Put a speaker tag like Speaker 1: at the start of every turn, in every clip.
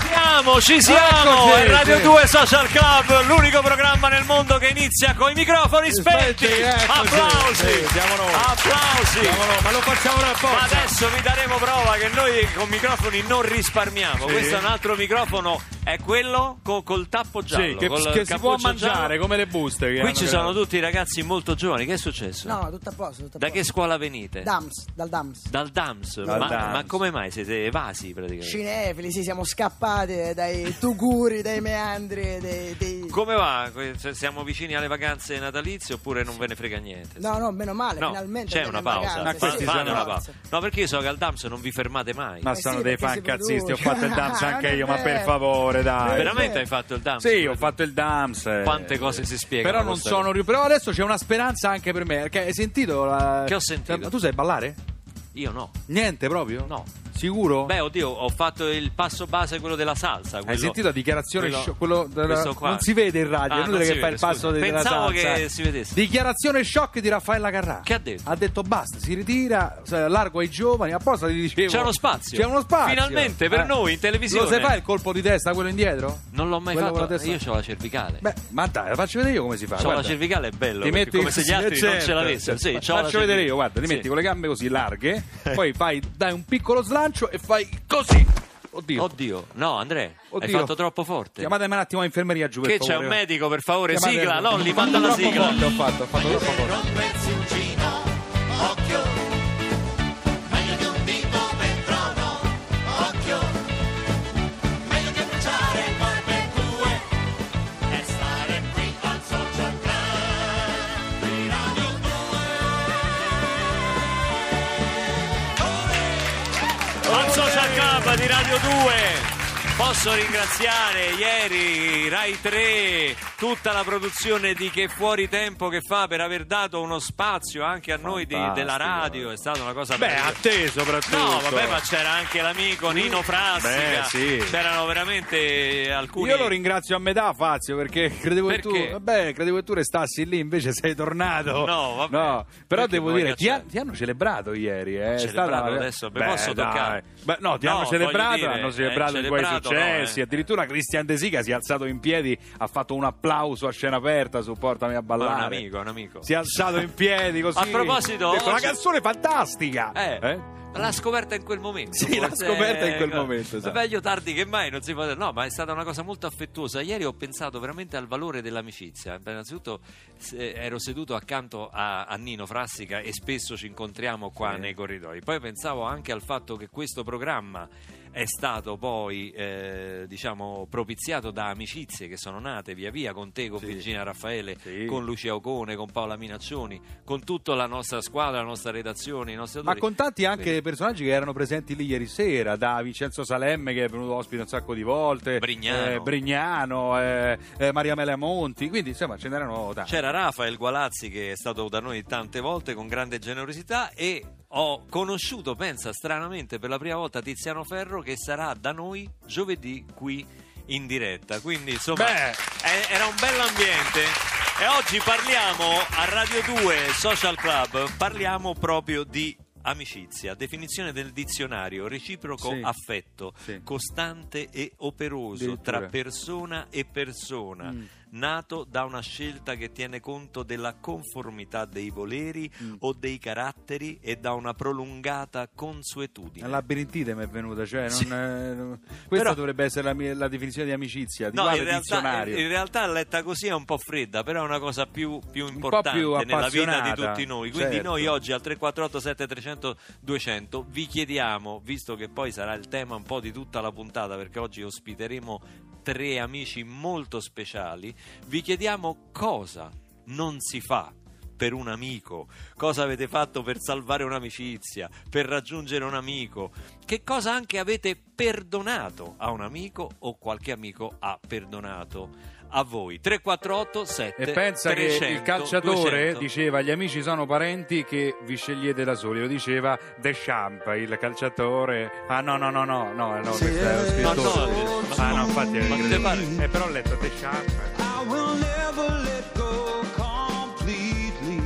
Speaker 1: siamo,
Speaker 2: Ecco
Speaker 1: ci siamo!
Speaker 2: Eccoci.
Speaker 1: È Radio 2 Social Club, l'unico programma nel mondo che inizia con i microfoni
Speaker 2: Spenti,
Speaker 1: spenti.
Speaker 2: eccoci.
Speaker 1: Applausi!
Speaker 2: ecco, Sì, siamo noi.
Speaker 1: Applausi!
Speaker 2: Cavolo, ma lo facciamo da
Speaker 1: Ma
Speaker 2: apposta.
Speaker 1: adesso vi daremo prova che noi con microfoni non risparmiamo. Questo è un altro microfono, è quello co- col tappo giallo.
Speaker 2: Sì, che,
Speaker 1: col
Speaker 2: che si può
Speaker 1: cappuccio
Speaker 2: mangiare
Speaker 1: giallo.
Speaker 2: come le buste. che
Speaker 1: Qui
Speaker 2: hanno
Speaker 1: ci
Speaker 2: creato.
Speaker 1: sono tutti i ragazzi molto giovani. Che è successo?
Speaker 3: No, tutto a posto, tutto a
Speaker 1: da
Speaker 3: posto.
Speaker 1: che scuola venite?
Speaker 3: Dams, dal Dams.
Speaker 1: Dal DAMS.
Speaker 2: Dal
Speaker 1: ma,
Speaker 2: Dams.
Speaker 1: ma come mai siete evasi praticamente?
Speaker 3: Cinefili, sì, siamo scappati dai tuguri, dai meandri, dei... dei-
Speaker 1: Come va? Que- se Siamo vicini alle vacanze natalizie oppure non ve ne frega niente?
Speaker 3: No, no, meno male,
Speaker 1: No,
Speaker 3: finalmente.
Speaker 1: c'è
Speaker 3: andiamo
Speaker 1: una
Speaker 3: in
Speaker 1: pausa.
Speaker 3: vacanza,
Speaker 2: Ma questi
Speaker 1: Fa-
Speaker 3: sì,
Speaker 1: fate
Speaker 2: sono-
Speaker 1: una pausa.
Speaker 3: forza.
Speaker 1: No, perché io so che al DAMS non vi fermate mai.
Speaker 2: Ma
Speaker 3: Eh
Speaker 2: sono
Speaker 3: sì,
Speaker 2: dei
Speaker 3: perché
Speaker 2: fan
Speaker 3: si
Speaker 2: cazzisti. Ho
Speaker 3: produce.
Speaker 2: fatto il dams anche io, ma per
Speaker 3: Eh.
Speaker 2: favore, dai.
Speaker 1: Veramente
Speaker 3: eh.
Speaker 1: hai fatto il DAMS?
Speaker 2: Sì, ho fatto il dams. eh.
Speaker 1: Quante cose si spiegano
Speaker 2: Però non
Speaker 1: questa
Speaker 2: sono riu- Però adesso c'è una speranza anche per me. Perché hai sentito la-
Speaker 1: Che ho sentito?
Speaker 2: Ma tu sai ballare?
Speaker 1: Io no.
Speaker 2: Niente proprio?
Speaker 1: No.
Speaker 2: Sicuro?
Speaker 1: Beh, oddio, ho fatto il passo base, quello della salsa.
Speaker 2: Hai
Speaker 1: quello-
Speaker 2: sentito la dichiarazione?
Speaker 1: quello-
Speaker 2: scio- quello della-
Speaker 1: questo qua.
Speaker 2: non si vede in radio,
Speaker 1: Ah,
Speaker 2: è inutile
Speaker 1: non si
Speaker 2: che fa
Speaker 1: vede,
Speaker 2: il passo
Speaker 1: scusa.
Speaker 2: della
Speaker 1: Pensavo
Speaker 2: salsa.
Speaker 1: che si vedesse.
Speaker 2: Dichiarazione shock di Raffaella Carrà.
Speaker 1: Che ha detto?
Speaker 2: Ha detto basta, si ritira, se- largo ai giovani. Apposta ti dicevo.
Speaker 1: C'è uno spazio.
Speaker 2: C'è uno spazio. Eh.
Speaker 1: Finalmente, per noi, in televisione.
Speaker 2: Lo sai fare il colpo di testa, quello indietro?
Speaker 1: Non l'ho mai
Speaker 2: Quello con la
Speaker 1: fatto.
Speaker 2: testa-
Speaker 1: Io ho la cervicale.
Speaker 2: Beh, ma dai, faccio vedere io come si fa.
Speaker 1: C'ho
Speaker 2: guarda.
Speaker 1: la cervicale è bello,
Speaker 2: Ti
Speaker 1: perché
Speaker 2: metti
Speaker 1: come se gli altri
Speaker 2: sì,
Speaker 1: non
Speaker 2: certo,
Speaker 1: ce l'avessero.
Speaker 2: certo.
Speaker 1: Sì,
Speaker 2: Ma-
Speaker 1: c'ho la
Speaker 2: faccio vedere
Speaker 1: cervicale.
Speaker 2: io, guarda, ti
Speaker 1: Sì.
Speaker 2: metti con le gambe così larghe, poi fai, dai un piccolo slancio e fai così. Oddio.
Speaker 1: Oddio, no, Andrea, hai
Speaker 2: Oddio.
Speaker 1: fatto troppo forte.
Speaker 2: Chiamatemi un attimo a infermeria giù, per
Speaker 1: Che c'è
Speaker 2: favore.
Speaker 1: un medico, per favore,
Speaker 2: Chiamate-
Speaker 1: sigla, Lolli,
Speaker 2: Ho
Speaker 1: manda
Speaker 2: fatto
Speaker 1: la
Speaker 2: troppo
Speaker 1: sigla.
Speaker 2: forte, ho fatto, ho fatto troppo forte.
Speaker 4: rompersi un cino, occhio, meglio di un dito per trono, occhio, meglio che bruciare barbecue e stare qui al social club di Radio 2.
Speaker 1: Al Social Club di Radio 2 posso ringraziare ieri Rai 3, tutta la produzione di Che Fuori Tempo che fa per aver dato uno spazio anche a noi di- della radio, è stata una cosa
Speaker 2: Beh, a
Speaker 1: bella.
Speaker 2: te soprattutto.
Speaker 1: No, vabbè, ma c'era anche l'amico Nino Frassica.
Speaker 2: Beh, sì.
Speaker 1: C'erano veramente alcuni.
Speaker 2: Io lo ringrazio a metà, Fazio, perché credevo che
Speaker 1: Perché?
Speaker 2: tu. Vabbè, credevo che tu restassi lì, invece sei tornato.
Speaker 1: No, vabbè.
Speaker 2: No, però
Speaker 1: Perché
Speaker 2: devo
Speaker 1: mi
Speaker 2: dire,
Speaker 1: vuoi
Speaker 2: ti, ha-
Speaker 1: cacciare?
Speaker 2: ti hanno celebrato ieri. Eh. È
Speaker 1: Celebrato
Speaker 2: stata-
Speaker 1: adesso, mi
Speaker 2: Beh,
Speaker 1: posso
Speaker 2: dai.
Speaker 1: toccare?
Speaker 2: Beh, no, ti
Speaker 1: No,
Speaker 2: hanno
Speaker 1: voglio
Speaker 2: celebrato,
Speaker 1: dire,
Speaker 2: hanno
Speaker 1: eh,
Speaker 2: celebrato i tuoi
Speaker 1: celebrato, no,
Speaker 2: successi.
Speaker 1: eh.
Speaker 2: Addirittura Cristian De Sica si è alzato in piedi, ha fatto un applauso a scena aperta su
Speaker 1: Ma
Speaker 2: Portami a
Speaker 1: è un
Speaker 2: ballare.
Speaker 1: amico, è un amico.
Speaker 2: Ecco. Si è alzato in piedi così.
Speaker 1: A proposito,
Speaker 2: Ha detto, una
Speaker 1: oggi-
Speaker 2: canzone fantastica.
Speaker 1: Eh,
Speaker 2: Eh?
Speaker 1: L'ha scoperta in quel momento.
Speaker 2: Sì, l'ha
Speaker 1: forse,
Speaker 2: scoperta in quel
Speaker 1: eh,
Speaker 2: momento, esatto.
Speaker 1: Meglio tardi che mai, non si può dire. No, ma è stata una cosa molto affettuosa. Ieri ho pensato veramente al valore dell'amicizia. Beh, Innanzitutto se- ero seduto accanto a, a Nino Frassica e spesso ci incontriamo qua
Speaker 2: Sì.
Speaker 1: nei corridoi. Poi pensavo anche al fatto che questo programma è stato poi eh, diciamo propiziato da amicizie che sono nate via via con te, con
Speaker 2: Sì.
Speaker 1: Virginia Raffaele,
Speaker 2: Sì.
Speaker 1: con Lucia Ocone, con Paola Minaccioni, con tutta la nostra squadra, la nostra redazione, i nostri
Speaker 2: Ma
Speaker 1: autori.
Speaker 2: con tanti anche
Speaker 1: Quindi-
Speaker 2: personaggi che erano presenti lì ieri sera, da Vincenzo Salemme che è venuto ospite un sacco di volte,
Speaker 1: Brignano.
Speaker 2: eh, Brignano, eh, eh, Maria Mela Monti, quindi insomma ce n'erano tanti.
Speaker 1: C'era Rafael Gualazzi che è stato da noi tante volte con grande generosità e ho conosciuto, pensa stranamente, per la prima volta Tiziano Ferro che sarà da noi giovedì qui in diretta. Quindi insomma
Speaker 2: Beh.
Speaker 1: è- era un bell'ambiente e oggi parliamo a Radio 2 Social Club, parliamo proprio di amicizia, definizione del dizionario, reciproco
Speaker 2: Sì.
Speaker 1: affetto,
Speaker 2: Sì.
Speaker 1: costante e operoso
Speaker 2: Addirittura.
Speaker 1: tra persona e persona
Speaker 2: Mm.
Speaker 1: nato da una scelta che tiene conto della conformità dei voleri
Speaker 2: Mm.
Speaker 1: o dei caratteri e da una prolungata consuetudine.
Speaker 2: La labirintite mi è venuta, cioè non,
Speaker 1: Sì.
Speaker 2: eh, non- questa
Speaker 1: Però-
Speaker 2: dovrebbe essere la, mia- la definizione di amicizia, di
Speaker 1: No,
Speaker 2: quale
Speaker 1: in realtà, eh,
Speaker 2: dizionario.
Speaker 1: in realtà letta così è un po' fredda, però è una cosa più, più
Speaker 2: po'
Speaker 1: importante
Speaker 2: più
Speaker 1: nella vita di
Speaker 2: appassionata,
Speaker 1: tutti noi. Quindi
Speaker 2: certo.
Speaker 1: noi oggi al 348 7300 200 vi chiediamo, visto che poi sarà il tema un po' di tutta la puntata, perché oggi ospiteremo tre amici molto speciali, vi chiediamo cosa non si fa per un amico, cosa avete fatto per salvare un'amicizia, per raggiungere un amico, che cosa anche avete perdonato a un amico o qualche amico ha perdonato a voi. 348 7
Speaker 2: E pensa
Speaker 1: 300,
Speaker 2: che il calciatore
Speaker 1: 200.
Speaker 2: diceva gli amici sono parenti che vi scegliete da soli, lo diceva Deschamps, il calciatore. Ah no no no no no, no
Speaker 3: Sì,
Speaker 2: questo è lo
Speaker 1: Ma
Speaker 2: scrittore.
Speaker 1: no,
Speaker 2: Ah no, infatti è
Speaker 1: ma te pare?
Speaker 2: eh, però ho letto Deschamps.
Speaker 4: I will never let go completely.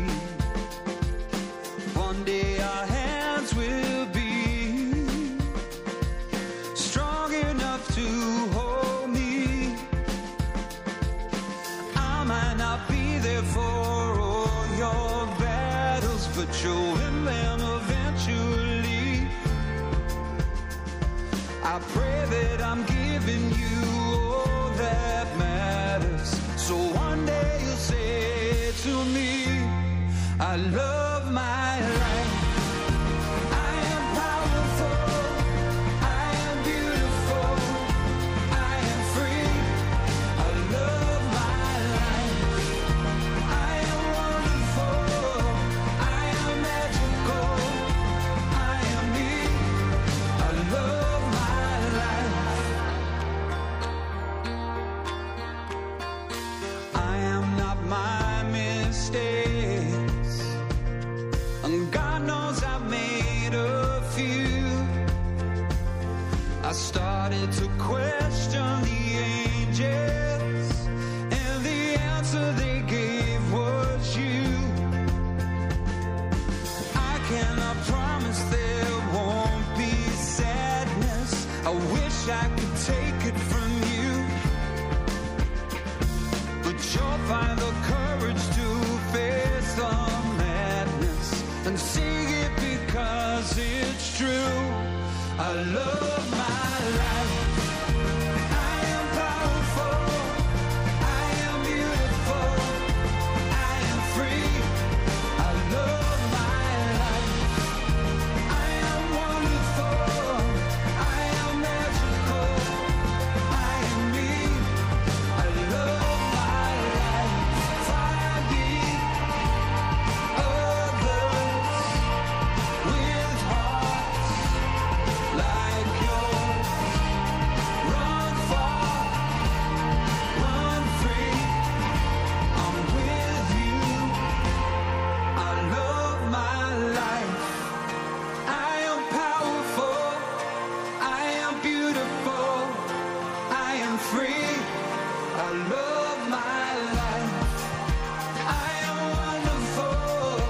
Speaker 4: One day our hands will be strong enough to hold
Speaker 5: I pray that I'm giving you all that matters. So one day you'll say to me, I love my life. I am powerful. I am beautiful. I am free. I love my life. I am wonderful. I am magical. I am me. I love my life. I am not my mistakes. And God knows I've made a few. I started to question the angels, and the answer they gave was you. I cannot promise there won't be sadness. I wish I could take it from you but you'll find the courage to face the madness and sing it because it's true. I love my life. I am powerful. I am beautiful. I am free. I love my life. I am wonderful. I am magical. I am me. I love my life. Forgive others with hearts like yours. Run far, run free. I'm with you. I love my life. I am powerful. I am beautiful. I am free. I love my life. I am wonderful.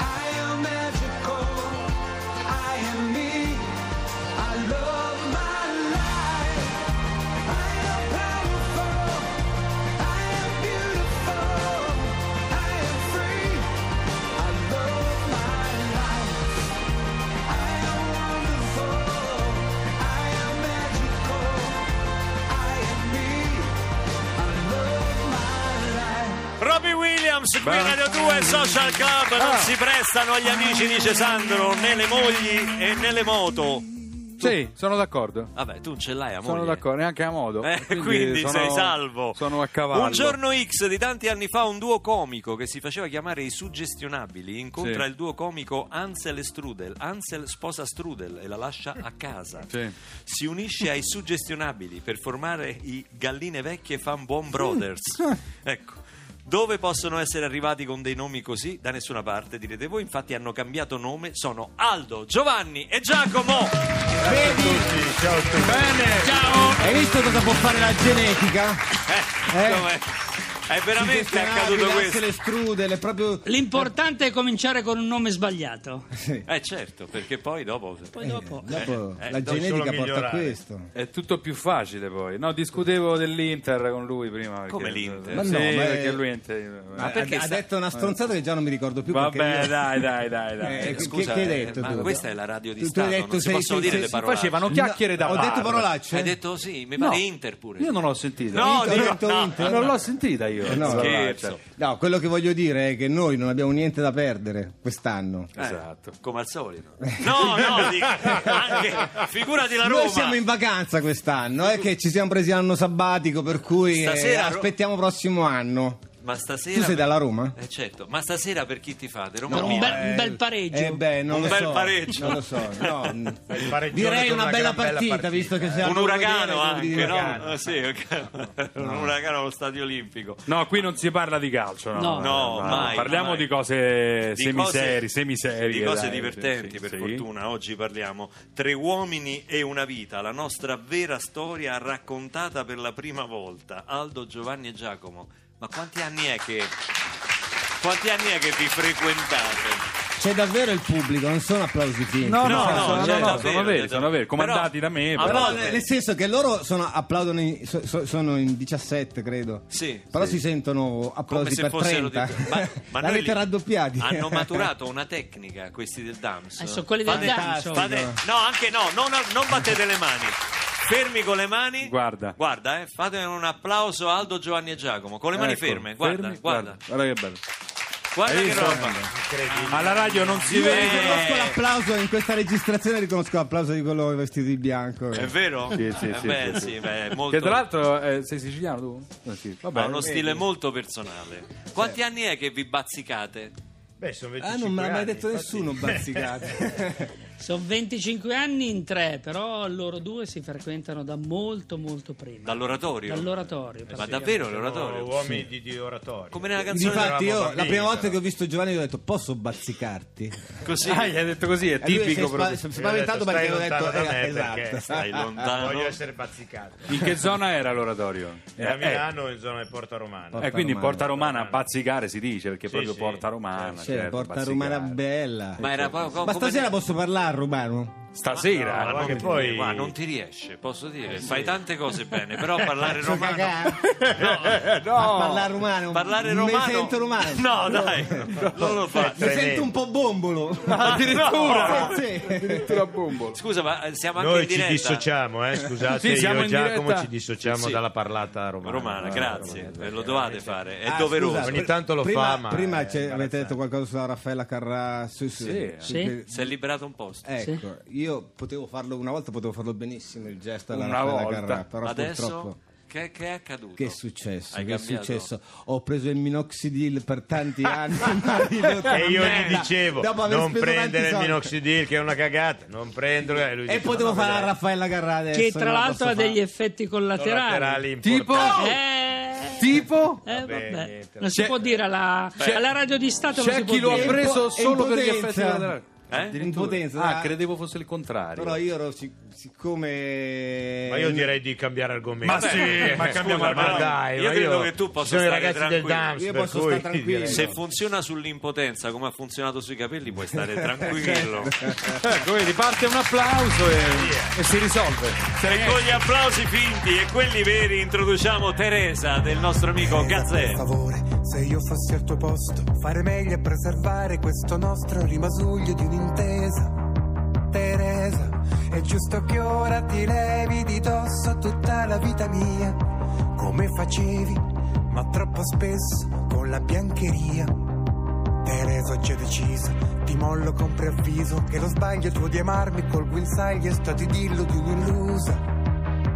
Speaker 5: I am magical. I am me. I love my life. I am powerful. I am beautiful. I am free. I love my life. I am wonderful. I am magical. I am me. I love my life.
Speaker 1: Robbie Williams qui a Radio 2 Social Club
Speaker 2: Ah!
Speaker 1: non si prestano agli amici dice Sandro né le mogli e né le moto
Speaker 2: Sì, sono d'accordo.
Speaker 1: vabbè tu non ce l'hai a moglie
Speaker 2: Sono d'accordo, neanche a modo.
Speaker 1: Eh, quindi,
Speaker 2: sono-
Speaker 1: sei salvo.
Speaker 2: Sono a cavallo.
Speaker 1: Un giorno X di tanti anni fa, un duo comico che si faceva chiamare i suggestionabili incontra
Speaker 2: Sì.
Speaker 1: il duo comico Ansel e Strudel. Ansel sposa Strudel e la lascia a casa.
Speaker 2: Sì.
Speaker 1: Si unisce ai suggestionabili per formare i Galline Vecchie Fan Buon Brothers.
Speaker 2: Mm.
Speaker 1: Ecco. Dove possono essere arrivati con dei nomi così? Da nessuna parte, direte voi. Infatti hanno cambiato nome, sono Aldo, Giovanni e Giacomo.
Speaker 2: Bene!
Speaker 1: Ciao!
Speaker 6: Hai visto cosa può fare la genetica?
Speaker 1: Eh,
Speaker 6: Eh?
Speaker 1: com'è? È veramente accaduto questo.
Speaker 6: Le strudel, è proprio...
Speaker 7: L'importante è cominciare con un nome sbagliato.
Speaker 1: Eh certo, perché poi dopo...
Speaker 7: Poi dopo.
Speaker 6: Dopo
Speaker 1: Eh, eh,
Speaker 6: la
Speaker 1: devo
Speaker 6: genetica porta a questo.
Speaker 2: È tutto più facile poi. No, discutevo dell'Inter con lui prima. perché- eh,
Speaker 1: Come l'Inter?
Speaker 6: Ma
Speaker 2: Sì,
Speaker 6: no, ma è-
Speaker 2: perché lui è Ah, Inter.
Speaker 6: Ma
Speaker 1: perché
Speaker 6: ha, ha
Speaker 1: sta-
Speaker 6: detto una stronzata che già non mi ricordo più. perché
Speaker 2: Vabbè,
Speaker 6: io-
Speaker 2: dai, dai, dai, dai.
Speaker 6: Eh, che-
Speaker 1: scusa,
Speaker 6: che hai
Speaker 1: eh,
Speaker 6: detto
Speaker 1: ma
Speaker 6: tu?
Speaker 1: questa è la radio di
Speaker 6: Tu- tu
Speaker 1: Stato,
Speaker 6: hai detto
Speaker 1: non si
Speaker 6: sei-
Speaker 1: possono
Speaker 6: sei-
Speaker 1: dire le Cioè,
Speaker 6: sei-
Speaker 1: parole.
Speaker 2: Facevano chiacchiere da
Speaker 6: Ho detto
Speaker 2: bar.
Speaker 6: parolacce?
Speaker 1: Hai detto sì, mi
Speaker 2: No,
Speaker 1: pare Inter pure.
Speaker 2: Io non l'ho sentita.
Speaker 1: No,
Speaker 6: Inter,
Speaker 1: dico-
Speaker 6: ho detto
Speaker 1: no,
Speaker 6: Inter.
Speaker 2: Non l'ho sentita io.
Speaker 6: No,
Speaker 1: scherzo.
Speaker 2: Parolacce.
Speaker 6: No, quello che voglio dire è che noi non abbiamo niente da perdere quest'anno.
Speaker 1: Eh,
Speaker 2: Esatto.
Speaker 1: Come al solito. No, Eh, no, dico, anche, figurati la Roma.
Speaker 6: Noi siamo in vacanza quest'anno, è che ci siamo presi l'anno sabbatico, per cui eh,
Speaker 1: Stasera-
Speaker 6: aspettiamo prossimo anno.
Speaker 1: Ma stasera...
Speaker 6: Tu sei dalla Roma?
Speaker 1: Eh certo, ma stasera per chi ti fate? Roma
Speaker 7: un,
Speaker 1: Milan.
Speaker 7: bel, un bel pareggio.
Speaker 6: Eh beh,
Speaker 1: Un
Speaker 6: non lo
Speaker 1: bel
Speaker 6: so,
Speaker 1: pareggio.
Speaker 6: Non lo so, no.
Speaker 8: Il pareggione
Speaker 6: Direi
Speaker 8: con
Speaker 6: una bella
Speaker 8: gran
Speaker 6: partita, visto che siamo
Speaker 1: Un uragano
Speaker 6: a vedere,
Speaker 1: anche,
Speaker 6: quindi uragano.
Speaker 1: no? Eh, sì, ok. un uragano allo stadio olimpico.
Speaker 2: No, qui non si parla di calcio. No,
Speaker 7: No.
Speaker 1: No, mai,
Speaker 2: Parliamo
Speaker 1: mai.
Speaker 2: di cose
Speaker 1: Di
Speaker 2: semiserie,
Speaker 1: cose-
Speaker 2: semiserie,
Speaker 1: di cose
Speaker 2: eh, dai,
Speaker 1: divertenti
Speaker 2: sì,
Speaker 1: per
Speaker 2: sì.
Speaker 1: fortuna oggi parliamo tre uomini e una vita la nostra vera storia raccontata per la prima volta Aldo, Giovanni e Giacomo ma quanti anni è che quanti anni è che vi frequentate?
Speaker 6: C'è davvero il pubblico, non sono applausi finti.
Speaker 2: No,
Speaker 1: No,
Speaker 2: no,
Speaker 1: no,
Speaker 2: sono-
Speaker 1: cioè,
Speaker 2: no,
Speaker 1: davvero,
Speaker 2: sono veri,
Speaker 1: cioè,
Speaker 2: sono veri, comandati
Speaker 1: però-
Speaker 2: da me.
Speaker 1: a
Speaker 2: però-
Speaker 1: volte-
Speaker 6: Nel senso che loro sono, applaudono in, so- so- sono in 17, credo.
Speaker 1: Sì,
Speaker 6: Però
Speaker 1: sì.
Speaker 6: si sentono
Speaker 1: come
Speaker 6: applausi
Speaker 1: se
Speaker 6: per
Speaker 1: fossero
Speaker 6: 30.
Speaker 1: di più. Ma- ma noi
Speaker 6: L'avete
Speaker 1: li-
Speaker 6: raddoppiati.
Speaker 1: hanno maturato una tecnica questi del dams
Speaker 7: Adesso quelli del
Speaker 1: Fate-
Speaker 7: Dams.
Speaker 1: fate- no anche no non, non battete le mani Fermi con le mani.
Speaker 2: Guarda.
Speaker 1: Guarda, eh. Fate un applauso a Aldo, Giovanni e Giacomo. Con le mani
Speaker 2: Ecco,
Speaker 1: ferme. Guarda,
Speaker 2: fermi,
Speaker 1: guarda.
Speaker 2: Guarda che bello.
Speaker 1: Guarda
Speaker 2: Hai
Speaker 1: che
Speaker 2: visto?
Speaker 1: roba.
Speaker 2: Alla radio non si
Speaker 1: Io-
Speaker 6: Io
Speaker 2: vede.
Speaker 6: riconosco l'applauso in questa registrazione, riconosco l'applauso di quello vestito di bianco.
Speaker 1: È vero?
Speaker 2: Sì, sì,
Speaker 1: Eh,
Speaker 2: sì,
Speaker 1: beh,
Speaker 2: sì,
Speaker 1: sì, beh, è molto...
Speaker 2: Che tra l'altro eh, sei siciliano tu? Eh, sì. Vabbè,
Speaker 1: ha uno
Speaker 2: vedi.
Speaker 1: stile molto personale. Quanti anni è che vi bazzicate?
Speaker 8: Beh, sono 25
Speaker 6: Ah, non me l'ha mai
Speaker 8: anni,
Speaker 6: detto
Speaker 8: infatti.
Speaker 6: nessuno, bazzicate.
Speaker 7: Sono 25 anni in tre, però loro due si frequentano da molto molto prima.
Speaker 1: Dall'oratorio? Eh,
Speaker 7: Dall'oratorio.
Speaker 1: Ma
Speaker 7: per-
Speaker 1: davvero
Speaker 8: Sono
Speaker 1: l'oratorio?
Speaker 8: Uomini di, di oratorio.
Speaker 1: Come nella canzone
Speaker 6: Infatti,
Speaker 8: eravamo
Speaker 6: io la
Speaker 8: bambini,
Speaker 6: prima volta
Speaker 8: però.
Speaker 6: che ho visto Giovanni gli ho detto: Posso bazzicarti?
Speaker 1: così.
Speaker 2: Ah, gli hai detto così, è
Speaker 6: E lui si è
Speaker 2: tipico.
Speaker 6: spa-
Speaker 2: proprio.
Speaker 6: si è
Speaker 8: Io ho
Speaker 6: spaventato
Speaker 8: detto,
Speaker 6: perché ho
Speaker 8: "Stai
Speaker 6: detto:
Speaker 8: lontano da
Speaker 6: eh,
Speaker 8: me,
Speaker 6: Esatto.
Speaker 8: perché
Speaker 1: Stai
Speaker 2: Ah,
Speaker 8: Voglio
Speaker 1: lontano.
Speaker 8: essere bazzicato.
Speaker 2: In che zona era l'oratorio?
Speaker 8: Era a
Speaker 2: Eh,
Speaker 8: Milano, in zona di Porta Romana.
Speaker 2: eh, quindi
Speaker 6: Romana.
Speaker 2: Porta Romana, bazzicare si dice, perché
Speaker 8: Sì,
Speaker 2: proprio
Speaker 8: sì.
Speaker 2: Porta Romana.
Speaker 6: C'era
Speaker 2: certo,
Speaker 6: Ah, Porta
Speaker 2: bazzicare.
Speaker 6: Romana bella.
Speaker 1: Ma era proprio
Speaker 6: Ma
Speaker 1: come-
Speaker 6: stasera posso parlare rumano?
Speaker 2: Stasera?
Speaker 8: No, guarda
Speaker 2: come
Speaker 8: che poi-
Speaker 1: Ma non ti riesce, posso dire. Fai tante cose bene, però
Speaker 6: Cioè,
Speaker 1: parlare
Speaker 6: Posso
Speaker 1: romano...
Speaker 6: cagare? A parlare romano?
Speaker 1: Parlare romano...
Speaker 6: Mi sento romano. Cioè,
Speaker 1: No, eh, dai, non lo fa.
Speaker 6: Mi sento un po' bombolo.
Speaker 2: Addirittura!
Speaker 6: Sì, sì.
Speaker 2: Addirittura bombolo.
Speaker 1: Scusa, ma eh, siamo anche in
Speaker 8: Noi ci
Speaker 1: diretta.
Speaker 8: dissociamo, eh, scusate,
Speaker 2: Sì, siamo
Speaker 8: io e
Speaker 2: in
Speaker 8: Giacomo
Speaker 2: diretta.
Speaker 8: ci dissociamo
Speaker 1: Sì, sì.
Speaker 8: dalla parlata romana.
Speaker 1: Romana,
Speaker 8: Guarda,
Speaker 1: grazie.
Speaker 8: romana.
Speaker 1: eh, Lo dovete fare, è
Speaker 6: Ah,
Speaker 1: doveroso.
Speaker 6: scusa,
Speaker 8: Ogni tanto lo
Speaker 6: prima,
Speaker 8: fa, ma
Speaker 6: Prima
Speaker 8: è
Speaker 6: c'è- avete
Speaker 8: imbarazzante.
Speaker 6: detto qualcosa sulla Raffaella Carrà. Sì, sì.
Speaker 2: Sì.
Speaker 7: Sì.
Speaker 1: Si è liberato un posto.
Speaker 6: Ecco, io potevo farlo una volta, potevo farlo benissimo il gesto alla
Speaker 2: Una
Speaker 6: Raffaella
Speaker 2: volta.
Speaker 6: Carrà, però
Speaker 1: Adesso
Speaker 6: purtroppo...
Speaker 1: che, che è accaduto?
Speaker 6: Che è successo?
Speaker 1: Hai
Speaker 6: che è
Speaker 1: cambiato?
Speaker 6: successo? Ho preso il minoxidil per tanti anni. ma io lo
Speaker 8: E io gli
Speaker 6: tremenda.
Speaker 8: dicevo,
Speaker 6: Dopo aver
Speaker 8: non
Speaker 6: speso tanti
Speaker 8: prendere il
Speaker 6: soldi.
Speaker 8: minoxidil che è una cagata, non prenderlo. E, lui
Speaker 6: E
Speaker 8: dice,
Speaker 6: potevo
Speaker 8: "No,
Speaker 6: fare la
Speaker 8: vedrai,
Speaker 6: Raffaella Carrà adesso.
Speaker 7: Che tra
Speaker 6: non la
Speaker 7: l'altro
Speaker 6: posso
Speaker 7: ha degli
Speaker 6: fare.
Speaker 7: effetti
Speaker 8: collaterali
Speaker 7: collaterali.
Speaker 2: Tipo-
Speaker 8: importanti".
Speaker 1: Oh!
Speaker 7: Eh,
Speaker 2: Tipo?
Speaker 7: eh,
Speaker 8: Vabbè,
Speaker 7: vabbè.
Speaker 8: niente.
Speaker 7: Non si
Speaker 2: C'è-
Speaker 7: può dire alla, alla radio di Stato. non
Speaker 2: C'è
Speaker 7: si può
Speaker 2: chi lo ha
Speaker 7: dire.
Speaker 2: preso
Speaker 6: Impo-
Speaker 2: solo per gli
Speaker 6: impotenza.
Speaker 2: effetti collaterali.
Speaker 1: Eh?
Speaker 2: Addirittura.
Speaker 6: Impotenza,
Speaker 2: Ah,
Speaker 6: dai.
Speaker 2: credevo fosse il contrario.
Speaker 6: Però io ero sic- siccome...
Speaker 8: Ma io direi di cambiare argomento.
Speaker 2: Ma sì, ma cambiamo
Speaker 8: scusa,
Speaker 2: argomento.
Speaker 8: Ma dai,
Speaker 1: eh, Io
Speaker 8: ma
Speaker 1: credo che tu possa
Speaker 8: ci sono i
Speaker 1: stare
Speaker 8: ragazzi
Speaker 1: tranquillo.
Speaker 8: del Dams,
Speaker 6: Io
Speaker 8: per
Speaker 6: posso
Speaker 8: cui
Speaker 6: stare
Speaker 8: ti
Speaker 6: tranquillo.
Speaker 8: direi-
Speaker 1: Se funziona sull'impotenza come ha funzionato sui capelli, puoi stare tranquillo.
Speaker 2: Ecco, vedi, parte un applauso e, e si risolve. Eh.
Speaker 1: e con gli applausi finti e quelli veri introduciamo Teresa del nostro
Speaker 2: Eh,
Speaker 1: amico
Speaker 9: Per
Speaker 1: Gazzè.
Speaker 9: favore, se io fossi al tuo posto, fare meglio è preservare questo nostro rimasuglio di un'intesa. Teresa, è giusto che ora ti levi di dosso tutta la vita mia, come facevi, ma troppo spesso con la biancheria. Teresa oggi è decisa, ti mollo con preavviso che lo sbaglio tuo di amarmi col guinzaglio è stato dillo di un'illusa.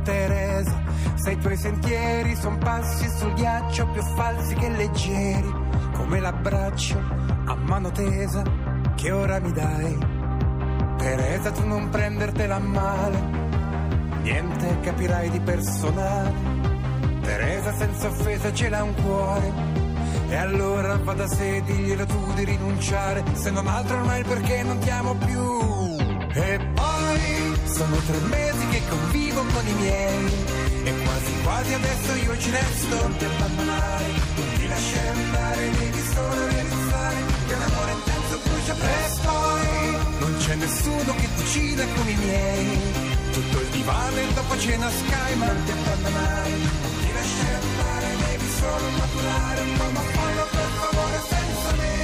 Speaker 9: Teresa, se i tuoi sentieri son passi sul ghiaccio più falsi che leggeri, come l'abbraccio a mano tesa che ora mi dai. Teresa, tu non prendertela a male, niente capirai di personale. Teresa senza offesa ce l'ha un cuore, e allora va da sé diglielo tu di rinunciare, se non altro ormai il perché non ti amo più. E poi sono tre mesi che convivo con i miei E quasi quasi adesso io ci resto Non ti abbandonare, non ti lasciare andare Devi solo realizzare che un amore intenso brucia presto E non c'è nessuno che cucina come i miei Tutto il divano e dopo cena sky Ma non ti abbandonare, non ti lasciare andare Devi solo maturare un po' ma fallo per favore senza me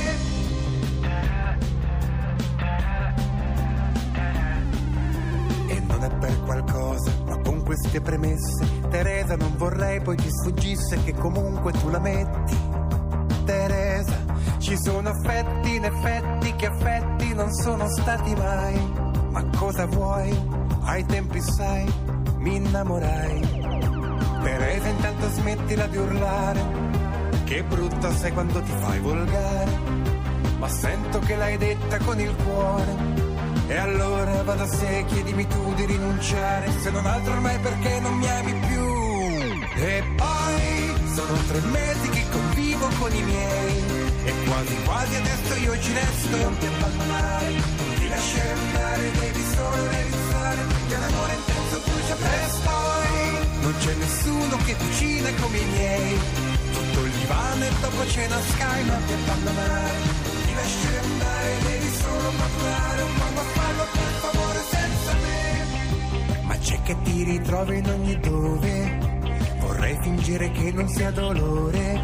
Speaker 9: E non è per qualcosa, ma con queste premesse, Teresa non vorrei poi ti sfuggisse che comunque tu la metti. Teresa, ci sono affetti in effetti che affetti non sono stati mai. Ma cosa vuoi? Ai tempi sai, mi innamorai. Teresa intanto smettila di urlare, che brutta sei quando ti fai volgare. Ma sento che l'hai detta con il cuore. E allora vado a sé, chiedimi tu di rinunciare, se non altro ormai perché non mi ami più. E poi sono tre mesi che convivo con i miei, e quasi quasi adesso io ci resto. Non ti abbandonare, non ti lasciare andare, devi solo realizzare che un amore intenso brucia presto. E Non c'è nessuno che cucina come i miei, tutto il divano e dopo cena sky, non ti abbandonare, non ti lasciare andare, devi solo maturare un po', ma fallo per favore senza me. Ma c'è che ti ritrovi in ogni dove. Vorrei fingere che non sia dolore.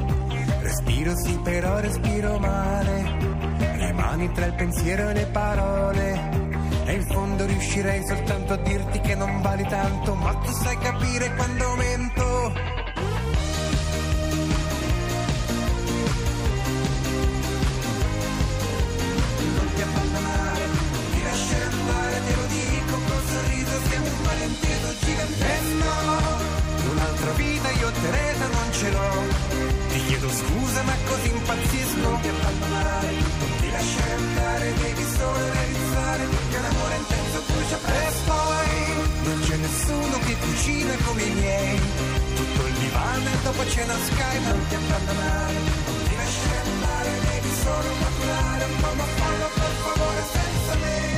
Speaker 9: Respiro sì, però respiro male. Rimani tra il pensiero e le parole. E in fondo riuscirei soltanto a dirti che non vali tanto, ma tu sai capire quando mento. E no, un'altra vita io Teresa non ce l'ho. Ti chiedo scusa ma così impazzisco. Non ti abbandonare, non ti lasciare andare, devi solo realizzare che l'amore intenso brucia presto. Non c'è nessuno che cucina come i miei. Tutto il divano e dopo cena sky, ma non ti abbandonare, non ti lasciare andare, devi solo maturare un po', ma fallo per favore senza me.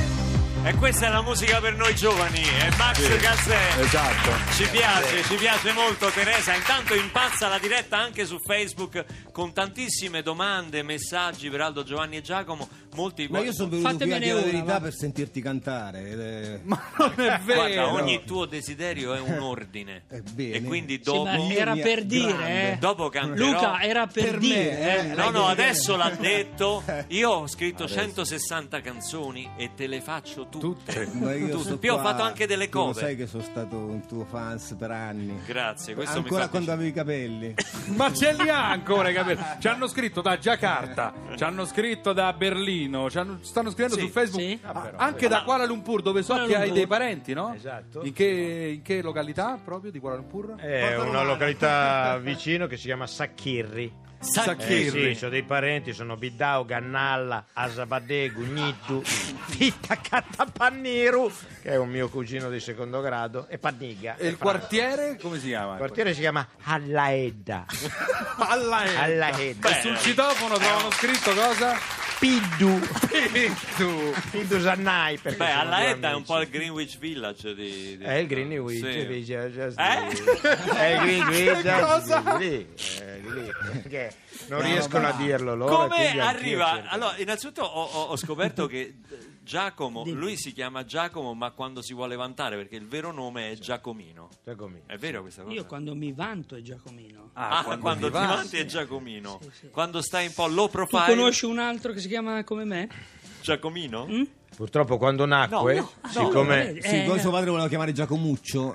Speaker 1: E questa è la musica per noi giovani, è Max
Speaker 2: Sì,
Speaker 1: Gazzè.
Speaker 2: Esatto.
Speaker 1: Ci piace, ci piace molto Teresa. Intanto impazza la diretta anche su Facebook con tantissime domande, messaggi per Aldo, Giovanni e Giacomo. Molti
Speaker 6: Ma io sono venuto qui a
Speaker 7: Fatemene
Speaker 6: dire la
Speaker 7: una,
Speaker 6: verità
Speaker 7: va.
Speaker 6: per sentirti cantare. ed è-
Speaker 2: Non è
Speaker 1: Guarda,
Speaker 2: vero.
Speaker 1: ogni tuo desiderio è un ordine.
Speaker 6: Eh, bene.
Speaker 1: e quindi
Speaker 7: Sì,
Speaker 1: dopo,
Speaker 7: ma era
Speaker 6: mia,
Speaker 7: per
Speaker 6: grande.
Speaker 7: dire, eh.
Speaker 1: dopo canterò.
Speaker 7: Luca, era per,
Speaker 6: Per me,
Speaker 7: dire,
Speaker 6: eh.
Speaker 7: eh.
Speaker 1: No, no,
Speaker 6: Dai,
Speaker 1: adesso l'ha detto. Io ho scritto 160 canzoni e te le faccio tutte.
Speaker 6: Ma io
Speaker 1: Tutte.
Speaker 6: sono
Speaker 1: Poi ho
Speaker 6: qua,
Speaker 1: fatto anche delle
Speaker 6: tu lo
Speaker 1: cover.
Speaker 6: sai che sono stato un tuo fans per anni.
Speaker 1: Grazie, questo mi
Speaker 6: Ancora
Speaker 1: fa
Speaker 6: quando
Speaker 1: piacere.
Speaker 6: avevi i capelli.
Speaker 2: Ma ce li ha ancora i capelli. Ci hanno scritto da Giacarta, ci hanno scritto da Berlino, ci hanno- stanno scrivendo
Speaker 1: Sì,
Speaker 2: su Facebook Ah,
Speaker 7: sì.
Speaker 2: a- anche da Kuala Lumpur, dove so
Speaker 7: Kuala
Speaker 2: che hai
Speaker 7: Lumpur.
Speaker 2: dei parenti, no?
Speaker 8: Esatto.
Speaker 2: In che, in che località proprio di Kuala Lumpur?
Speaker 8: È una località vicino che si chiama Sacchirri. Eh,
Speaker 2: Sacchirri.
Speaker 8: sì, ho dei parenti, sono Bidao, Gannalla, Asabadegu, Gnittu, Fitta Panniru, che è un mio cugino di secondo grado, e Panniga.
Speaker 2: E il quartiere come si chiama?
Speaker 8: Il quartiere si chiama Allaedda.
Speaker 2: Alla E.
Speaker 8: Allaedda.
Speaker 2: E sul citofono trovano scritto cosa?
Speaker 8: Piddu.
Speaker 2: Pintu.
Speaker 8: Piddu Sannai. perché
Speaker 1: Beh,
Speaker 8: sono
Speaker 1: alla
Speaker 8: due
Speaker 1: Edda è un
Speaker 8: amici.
Speaker 1: po' il Greenwich Village di, di-
Speaker 8: È il Greenwich.
Speaker 1: Sì.
Speaker 8: dice, just-
Speaker 1: Eh?
Speaker 8: È il Greenwich.
Speaker 2: Che cosa?
Speaker 8: Lì, è lì, perché non riescono a dirlo loro.
Speaker 1: Come
Speaker 8: quindi anch'io
Speaker 1: arriva?
Speaker 8: cerco.
Speaker 1: Allora, innanzitutto ho, ho- ho scoperto che eh, Giacomo,
Speaker 7: Dimmi.
Speaker 1: lui si chiama Giacomo, ma quando si vuole vantare, perché il vero nome è Giacomino.
Speaker 8: Giacomino.
Speaker 1: È vero questa cosa?
Speaker 7: Io quando mi vanto è Giacomino.
Speaker 1: Ah, quando,
Speaker 2: ti
Speaker 1: ti
Speaker 2: va.
Speaker 1: vanti è Giacomino.
Speaker 7: Sì, sì.
Speaker 1: Quando stai un po' low
Speaker 7: Tu
Speaker 1: profile,
Speaker 7: conosci Mm? un altro che si chiama come me?
Speaker 1: Giacomino?
Speaker 8: Purtroppo quando nacque,
Speaker 1: No, no, no,
Speaker 8: siccome...
Speaker 7: Eh,
Speaker 6: Sì, poi
Speaker 7: eh,
Speaker 6: suo padre voleva chiamare Giacomuccio.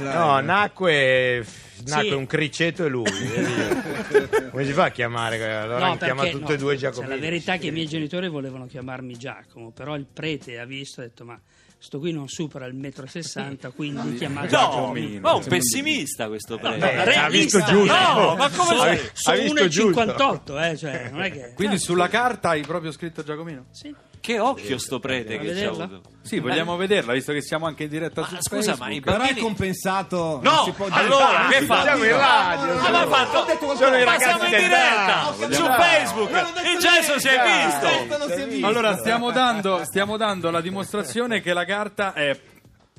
Speaker 8: No, nacque, f-
Speaker 7: Sì.
Speaker 8: nacque un criceto e lui. eh. Come si fa a chiamare?
Speaker 9: eh.
Speaker 8: Allora mi chiama
Speaker 7: perché-
Speaker 8: tutti
Speaker 7: no,
Speaker 8: e due
Speaker 7: cioè,
Speaker 8: Giacomino.
Speaker 7: La verità è che i miei genitori volevano chiamarmi Giacomo, però il prete ha visto e ha detto ma sto qui non supera il metro 60, quindi chiamate
Speaker 1: No,
Speaker 7: Giacomino.
Speaker 1: ma è Oh, un pessimista questo
Speaker 7: no,
Speaker 1: prete.
Speaker 8: Eh,
Speaker 7: realista.
Speaker 8: ha visto giusto.
Speaker 1: No, ma come
Speaker 7: Sono-
Speaker 1: sei?
Speaker 8: Ha
Speaker 7: Sono
Speaker 8: visto
Speaker 7: 1,58, eh, cioè, non è che...
Speaker 2: Quindi sulla carta hai proprio scritto Giacomino?
Speaker 7: Sì.
Speaker 1: Che occhio sto prete
Speaker 7: Vuoi
Speaker 1: che ci ha
Speaker 7: Eh, vederla?
Speaker 1: avuto.
Speaker 2: Sì, vogliamo vederla, visto che siamo anche in diretta
Speaker 1: Eh. Ma
Speaker 2: su
Speaker 1: scusa, ma i
Speaker 2: Facebook.
Speaker 6: Però è
Speaker 1: bambini...
Speaker 6: compensato.
Speaker 1: No,
Speaker 6: non si può dire- Ah,
Speaker 1: allora, che fa?
Speaker 8: Siamo in radio.
Speaker 1: Ah, ma ha fatto?
Speaker 8: Sono i
Speaker 1: Ma
Speaker 8: ragazzi
Speaker 1: siamo in
Speaker 8: del
Speaker 1: diretta
Speaker 8: Bravo,
Speaker 1: su
Speaker 8: bravo.
Speaker 1: Facebook. Il gesso si è
Speaker 6: Eh,
Speaker 1: visto.
Speaker 6: non si è visto.
Speaker 2: Allora, stiamo dando, stiamo dando la dimostrazione che la carta è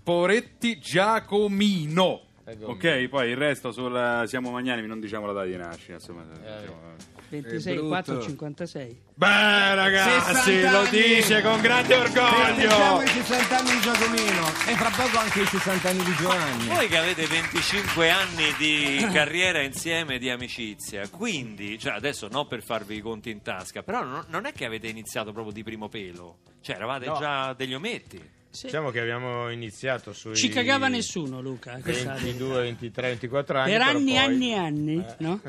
Speaker 2: Poretti Giacomino. Ok, poi il resto sul siamo magnanimi, non diciamo la data di nascita. Insomma, diciamo-
Speaker 7: 26, 4, 56.
Speaker 2: Beh, ragazzi,
Speaker 6: 60
Speaker 2: lo
Speaker 6: anni.
Speaker 2: dice con grande
Speaker 6: Festeggiamo
Speaker 2: orgoglio.
Speaker 6: i 60 anni di Giacomino e fra poco anche i 60 anni di Giovanni.
Speaker 1: Voi che avete 25 anni di carriera insieme, di amicizia, quindi, cioè adesso no per farvi i conti in tasca, però no- non è che avete iniziato proprio di primo pelo, cioè eravate già degli ometti.
Speaker 7: Sì.
Speaker 8: Diciamo che abbiamo iniziato sui...
Speaker 7: Ci cagava nessuno, Luca. questa-
Speaker 8: 22, 23, 24 anni.
Speaker 7: Per
Speaker 8: però
Speaker 7: anni e
Speaker 8: poi-
Speaker 7: anni e anni, no?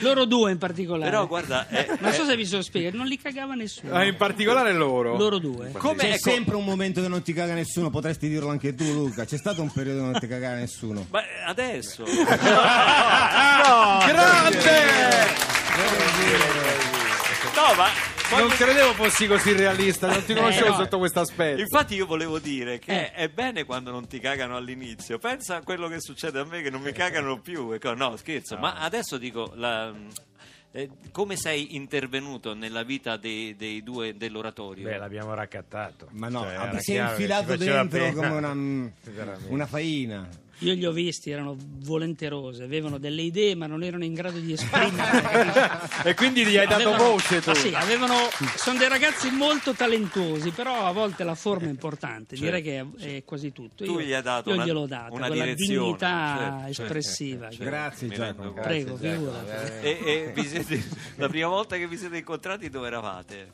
Speaker 7: Loro due in particolare.
Speaker 1: Però guarda, eh, è,
Speaker 7: non so se vi sono spiegato, non li cagava nessuno.
Speaker 2: Ah, in particolare loro.
Speaker 7: Loro due.
Speaker 1: come
Speaker 6: C'è
Speaker 1: ecco,
Speaker 6: sempre un momento che non ti caga nessuno, potresti dirlo anche tu, Luca. C'è stato un periodo che non ti cagava nessuno.
Speaker 1: ma eh, adesso
Speaker 2: Grande!
Speaker 1: No, ma
Speaker 2: Non credevo fossi così realista, non ti conoscevo
Speaker 7: Eh, no.
Speaker 2: sotto questo aspetto.
Speaker 1: Infatti io volevo dire che è bene quando non ti cagano all'inizio. Pensa a quello che succede a me che non mi cagano più. Ecco, No, scherzo. Ma adesso dico la- eh, come sei intervenuto nella vita dei, dei due dell'oratorio?
Speaker 8: Beh, l'abbiamo raccattato.
Speaker 6: Ma no,
Speaker 8: Cioè,
Speaker 6: ah,
Speaker 8: era
Speaker 6: si è
Speaker 8: chiaro che ci
Speaker 6: infilato
Speaker 8: faceva
Speaker 6: dentro
Speaker 8: pena.
Speaker 6: come una, mm,
Speaker 8: Veramente.
Speaker 6: una faina.
Speaker 7: Io li ho visti, erano volenterose, avevano delle idee ma non erano in grado di esprimere.
Speaker 2: E quindi gli hai dato voce tu.
Speaker 7: Ah, sì, avevano, sono dei ragazzi molto talentuosi, però a volte la forma è importante, direi che è, è quasi tutto.
Speaker 1: Tu
Speaker 7: io,
Speaker 1: gli hai dato
Speaker 7: io
Speaker 1: una-
Speaker 7: gliel'ho data,
Speaker 1: una
Speaker 7: quella
Speaker 1: direzione,
Speaker 7: dignità
Speaker 1: certo, certo,
Speaker 7: espressiva.
Speaker 1: certo. eh.
Speaker 7: che-
Speaker 6: Grazie
Speaker 1: Mi
Speaker 6: Giacomo.
Speaker 1: rendo
Speaker 7: Prego, figurati.
Speaker 1: E, e vi siete- la prima volta che vi siete incontrati dove eravate?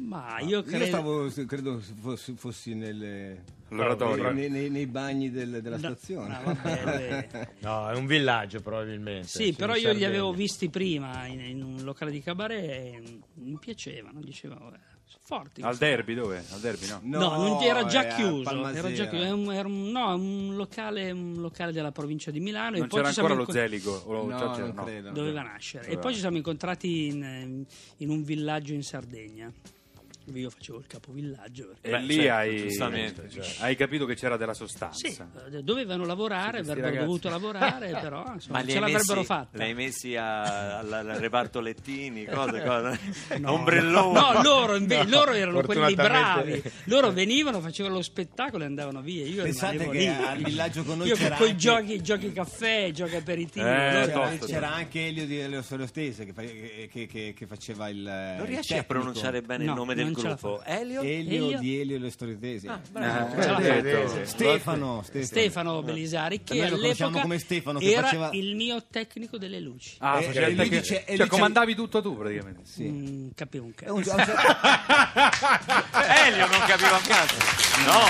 Speaker 7: Ma io credo...
Speaker 6: Io stavo, credo fossi, fossi nelle-
Speaker 2: All'oratorio.
Speaker 6: nei, nei- nei bagni del- della stazione.
Speaker 7: No, Ah, vabbè, beh.
Speaker 4: No, è un villaggio probabilmente.
Speaker 7: Sì, però io li avevo visti prima in, in un locale di cabaret e mi piacevano, dicevo, "Vabbè, sono forti.
Speaker 2: Al
Speaker 7: questi".
Speaker 2: derby dove? Al derby no.
Speaker 7: No, non- era già
Speaker 6: eh, a
Speaker 7: chiuso,
Speaker 6: Palmasera.
Speaker 7: era già chiuso. Era un, era un- no, un locale, un locale della provincia di Milano.
Speaker 2: Non
Speaker 7: e poi
Speaker 2: c'era
Speaker 7: ci siamo
Speaker 2: ancora lo
Speaker 7: inco-
Speaker 2: Zelico. o
Speaker 1: Oh,
Speaker 2: lo-
Speaker 6: No,
Speaker 2: già c'era,
Speaker 6: non credo.
Speaker 7: Doveva nascere. E
Speaker 2: Doveva
Speaker 7: poi ci siamo incontrati in, in un villaggio in Sardegna. dove Io facevo il capovillaggio. Perché...
Speaker 2: E
Speaker 1: Beh,
Speaker 2: lì
Speaker 1: certo, giustamente,
Speaker 2: hai, certo, hai capito che c'era della sostanza.
Speaker 7: Sì, eh, dovevano lavorare,
Speaker 2: Sì, questi
Speaker 7: avrebbero
Speaker 2: ragazzi.
Speaker 7: dovuto lavorare, però insomma,
Speaker 1: Ma li
Speaker 7: ce
Speaker 1: hai
Speaker 7: l'avrebbero
Speaker 1: messi,
Speaker 7: fatta.
Speaker 1: L'hai messi a- al, al reparto lettini, cose, cose.
Speaker 7: No,
Speaker 1: Ombrellone.
Speaker 7: No, loro, inve-
Speaker 4: No,
Speaker 7: loro erano quelli
Speaker 4: fortunatamente-
Speaker 7: bravi. Loro venivano, facevano lo spettacolo e andavano via. Io
Speaker 6: Pensate
Speaker 7: rimanevo
Speaker 6: che
Speaker 7: lì.
Speaker 6: al villaggio con noi
Speaker 7: Io
Speaker 6: c'era
Speaker 7: con i
Speaker 6: anche-
Speaker 7: giochi, giochi caffè, giochi aperitivo.
Speaker 2: Eh,
Speaker 7: loro-
Speaker 2: tosto,
Speaker 6: C'era,
Speaker 2: tosto.
Speaker 6: c'era anche Elio di Elio Solostese che, fa- che- che- che- che faceva il. eh,
Speaker 1: Non riesci a pronunciare bene
Speaker 7: No,
Speaker 1: il nome del
Speaker 7: non ce la
Speaker 1: gruppo?
Speaker 7: faccio.
Speaker 1: Elio? Ah,
Speaker 6: Elio
Speaker 7: Elio?
Speaker 6: di Elio e le Solostese.
Speaker 2: l'ha
Speaker 7: l'ha
Speaker 2: detto.
Speaker 1: certo.
Speaker 6: Stefano, Stefano.
Speaker 7: Stefano Belisari,
Speaker 6: noi
Speaker 7: che
Speaker 6: lo conosciamo
Speaker 7: all'epoca
Speaker 6: come Stefano, che
Speaker 7: era
Speaker 6: faceva-
Speaker 7: il mio tecnico delle luci.
Speaker 2: Ah,
Speaker 6: E-
Speaker 2: faceva
Speaker 6: e
Speaker 2: il
Speaker 6: lui
Speaker 2: tecnico.
Speaker 6: dice- e lui
Speaker 2: cioè,
Speaker 6: dice-
Speaker 2: comandavi tutto tu praticamente.
Speaker 7: Mm, capivo un
Speaker 6: E
Speaker 7: cazzo.
Speaker 6: un- a un certo-
Speaker 7: Eh,
Speaker 1: Elio non capiva un cazzo. No,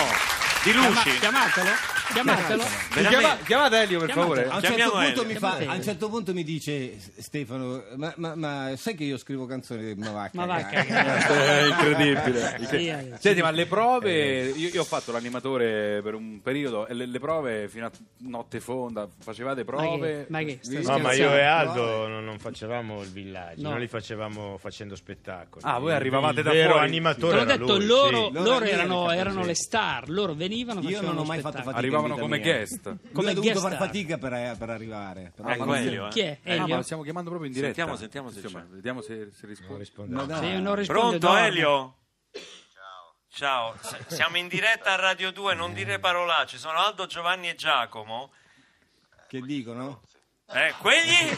Speaker 1: di luci.
Speaker 7: Chiamatelo, chiamatelo.
Speaker 2: Chiama- chiamate Elio per
Speaker 7: Chiamate.
Speaker 2: favore.
Speaker 6: a un certo
Speaker 1: Chiamiamo
Speaker 6: punto
Speaker 1: Elio.
Speaker 6: mi fa-
Speaker 7: Chiamate Elio.
Speaker 6: a un certo punto mi dice "S- Stefano, ma, ma- ma sai che io scrivo canzoni? cioè, Ma va a
Speaker 7: Ma va a
Speaker 6: cagare."
Speaker 7: cagare.
Speaker 2: È incredibile.
Speaker 7: Sì, eh.
Speaker 2: Senti, ma le prove. Io, io ho fatto l'animatore per un periodo e le, le prove fino a notte fonda. Facevate prove.
Speaker 7: Ma che- ma che
Speaker 2: Vi-
Speaker 4: No,
Speaker 7: stai
Speaker 4: ma io
Speaker 2: eh.
Speaker 4: e
Speaker 6: Scherzavo,
Speaker 4: Aldo non, non facevamo il villaggio,
Speaker 7: No.
Speaker 4: non li facevamo facendo spettacoli.
Speaker 2: Ah, voi
Speaker 4: Il-
Speaker 2: arrivavate
Speaker 4: il
Speaker 2: da
Speaker 4: vero
Speaker 2: fuori?
Speaker 7: Te
Speaker 4: animatore
Speaker 7: l'ho
Speaker 4: era
Speaker 7: detto,
Speaker 4: lui,
Speaker 7: loro,
Speaker 4: sì.
Speaker 6: Loro erano
Speaker 7: loro erano,
Speaker 6: capito,
Speaker 7: erano
Speaker 6: sì.
Speaker 7: le star, loro venivano
Speaker 6: Io
Speaker 7: facevano
Speaker 6: non ho
Speaker 7: lo
Speaker 6: mai fatto
Speaker 7: spettacolo.
Speaker 6: fatica.
Speaker 2: Arrivavano
Speaker 6: in
Speaker 2: come
Speaker 6: vita mia.
Speaker 2: guest.
Speaker 7: Come
Speaker 6: Lui ha dovuto
Speaker 7: guest
Speaker 6: fare
Speaker 7: star.
Speaker 6: fatica per, per arrivare. per
Speaker 1: Ecco
Speaker 6: arrivare.
Speaker 1: Elio. eh.
Speaker 7: Chi è?
Speaker 2: Eh, no, ma
Speaker 7: Elio?
Speaker 2: lo stiamo chiamando proprio in diretta.
Speaker 1: Sentiamo, sentiamo se
Speaker 2: Insomma,
Speaker 1: c'è.
Speaker 2: vediamo se, se risponde.
Speaker 4: Non rispondeva.
Speaker 6: Ma
Speaker 7: Se
Speaker 6: dai.
Speaker 7: io non rispondo,
Speaker 1: Pronto,
Speaker 7: dormo.
Speaker 1: Elio? Ciao. Ciao, S- siamo in diretta a Radio 2, non dire parolacce. Sono Aldo, Giovanni e Giacomo.
Speaker 6: Che dicono?
Speaker 1: Eh, quelli?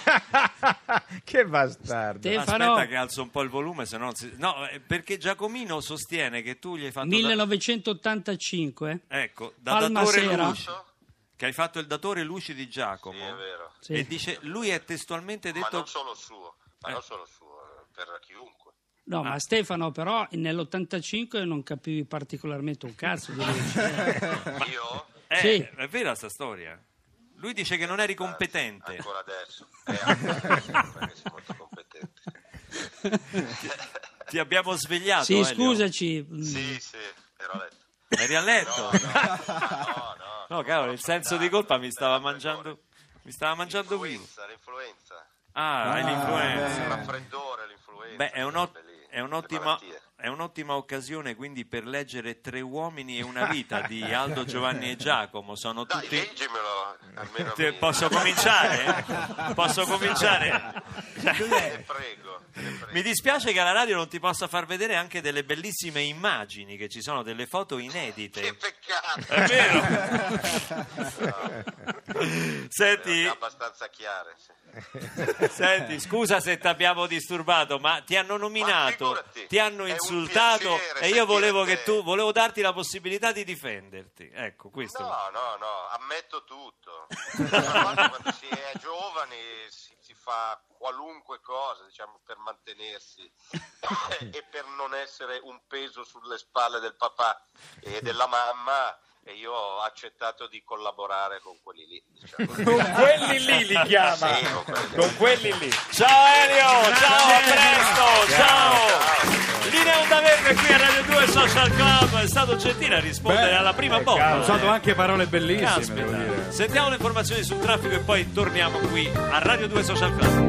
Speaker 4: che bastardo.
Speaker 7: Stefano,
Speaker 1: Aspetta che alzo un po' il volume, se no... non si- No, eh, perché Giacomino sostiene che tu gli hai fatto... da-
Speaker 7: 1985.
Speaker 1: Ecco, da datore
Speaker 7: Palmasera.
Speaker 1: luci. Che hai fatto il datore luci di Giacomo.
Speaker 9: Sì, è vero.
Speaker 7: Sì.
Speaker 1: E dice, lui è testualmente
Speaker 9: Ma
Speaker 1: detto...
Speaker 9: non solo suo, ma non solo suo, eh, per chiunque.
Speaker 7: No,
Speaker 1: Ah.
Speaker 7: ma Stefano però nell'85 non capivi particolarmente un cazzo di luce.
Speaker 9: Io
Speaker 1: Eh,
Speaker 7: Sì.
Speaker 1: è vera sta storia. Lui dice che non eri competente.
Speaker 9: Ah, ancora adesso, eh, ancora adesso, perché sei molto competente.
Speaker 1: Ti abbiamo svegliato,
Speaker 7: sì,
Speaker 1: Elio.
Speaker 7: scusaci. mm,
Speaker 9: Sì, sì, ero a letto.
Speaker 1: Eri a letto.
Speaker 9: No, no,
Speaker 1: No, cavolo, il senso di colpa mi stava mangiando. Mi stava mangiando qui.
Speaker 9: L'influenza, l'influenza.
Speaker 1: Ah, hai l'influenza.
Speaker 9: Il raffreddore, l'influenza.
Speaker 1: Beh, è, un
Speaker 9: quelle
Speaker 1: ot-
Speaker 9: cose lì,
Speaker 1: è
Speaker 9: le
Speaker 1: un'ottima,
Speaker 9: malattie.
Speaker 1: è un'ottima occasione quindi per leggere Tre uomini e una vita di Aldo, Giovanni e Giacomo. Sono
Speaker 9: Dai,
Speaker 1: tutti.
Speaker 9: leggimelo, almeno
Speaker 1: Te-
Speaker 9: mi-
Speaker 1: Posso cominciare? Posso cominciare?
Speaker 9: Te prego, te prego.
Speaker 1: Mi dispiace che alla radio non ti possa far vedere anche delle bellissime immagini, che ci sono delle foto
Speaker 9: Che
Speaker 1: inedite.
Speaker 9: peccato.
Speaker 1: È vero?
Speaker 9: È
Speaker 1: Senti,
Speaker 9: abbastanza chiare. sì.
Speaker 1: Senti, scusa se ti abbiamo disturbato, ma ti hanno nominato,
Speaker 9: Ma figurati,
Speaker 1: ti hanno
Speaker 9: è un
Speaker 1: insultato
Speaker 9: piacere
Speaker 1: e io volevo che
Speaker 9: sentire te.
Speaker 1: tu volevo darti la possibilità di difenderti. Ecco, questo.
Speaker 9: No, no, no, ammetto tutto. Quando quando si è giovani si, si fa qualunque cosa diciamo, per mantenersi e per non essere un peso sulle spalle del papà e della mamma. E io ho accettato di collaborare con quelli lì. Diciamo.
Speaker 4: quelli lì li chiama.
Speaker 9: Sì, con quelli lì.
Speaker 4: quelli lì.
Speaker 1: Ciao Elio, ciao, a presto, ciao. Linea Onda Verde qui a Radio 2 Social Club, è stato gentile a rispondere alla prima
Speaker 2: Ho
Speaker 1: botta.
Speaker 2: usato anche parole bellissime, devo dire.
Speaker 1: Caspita. Sentiamo le informazioni sul traffico e poi torniamo qui a Radio 2 Social Club.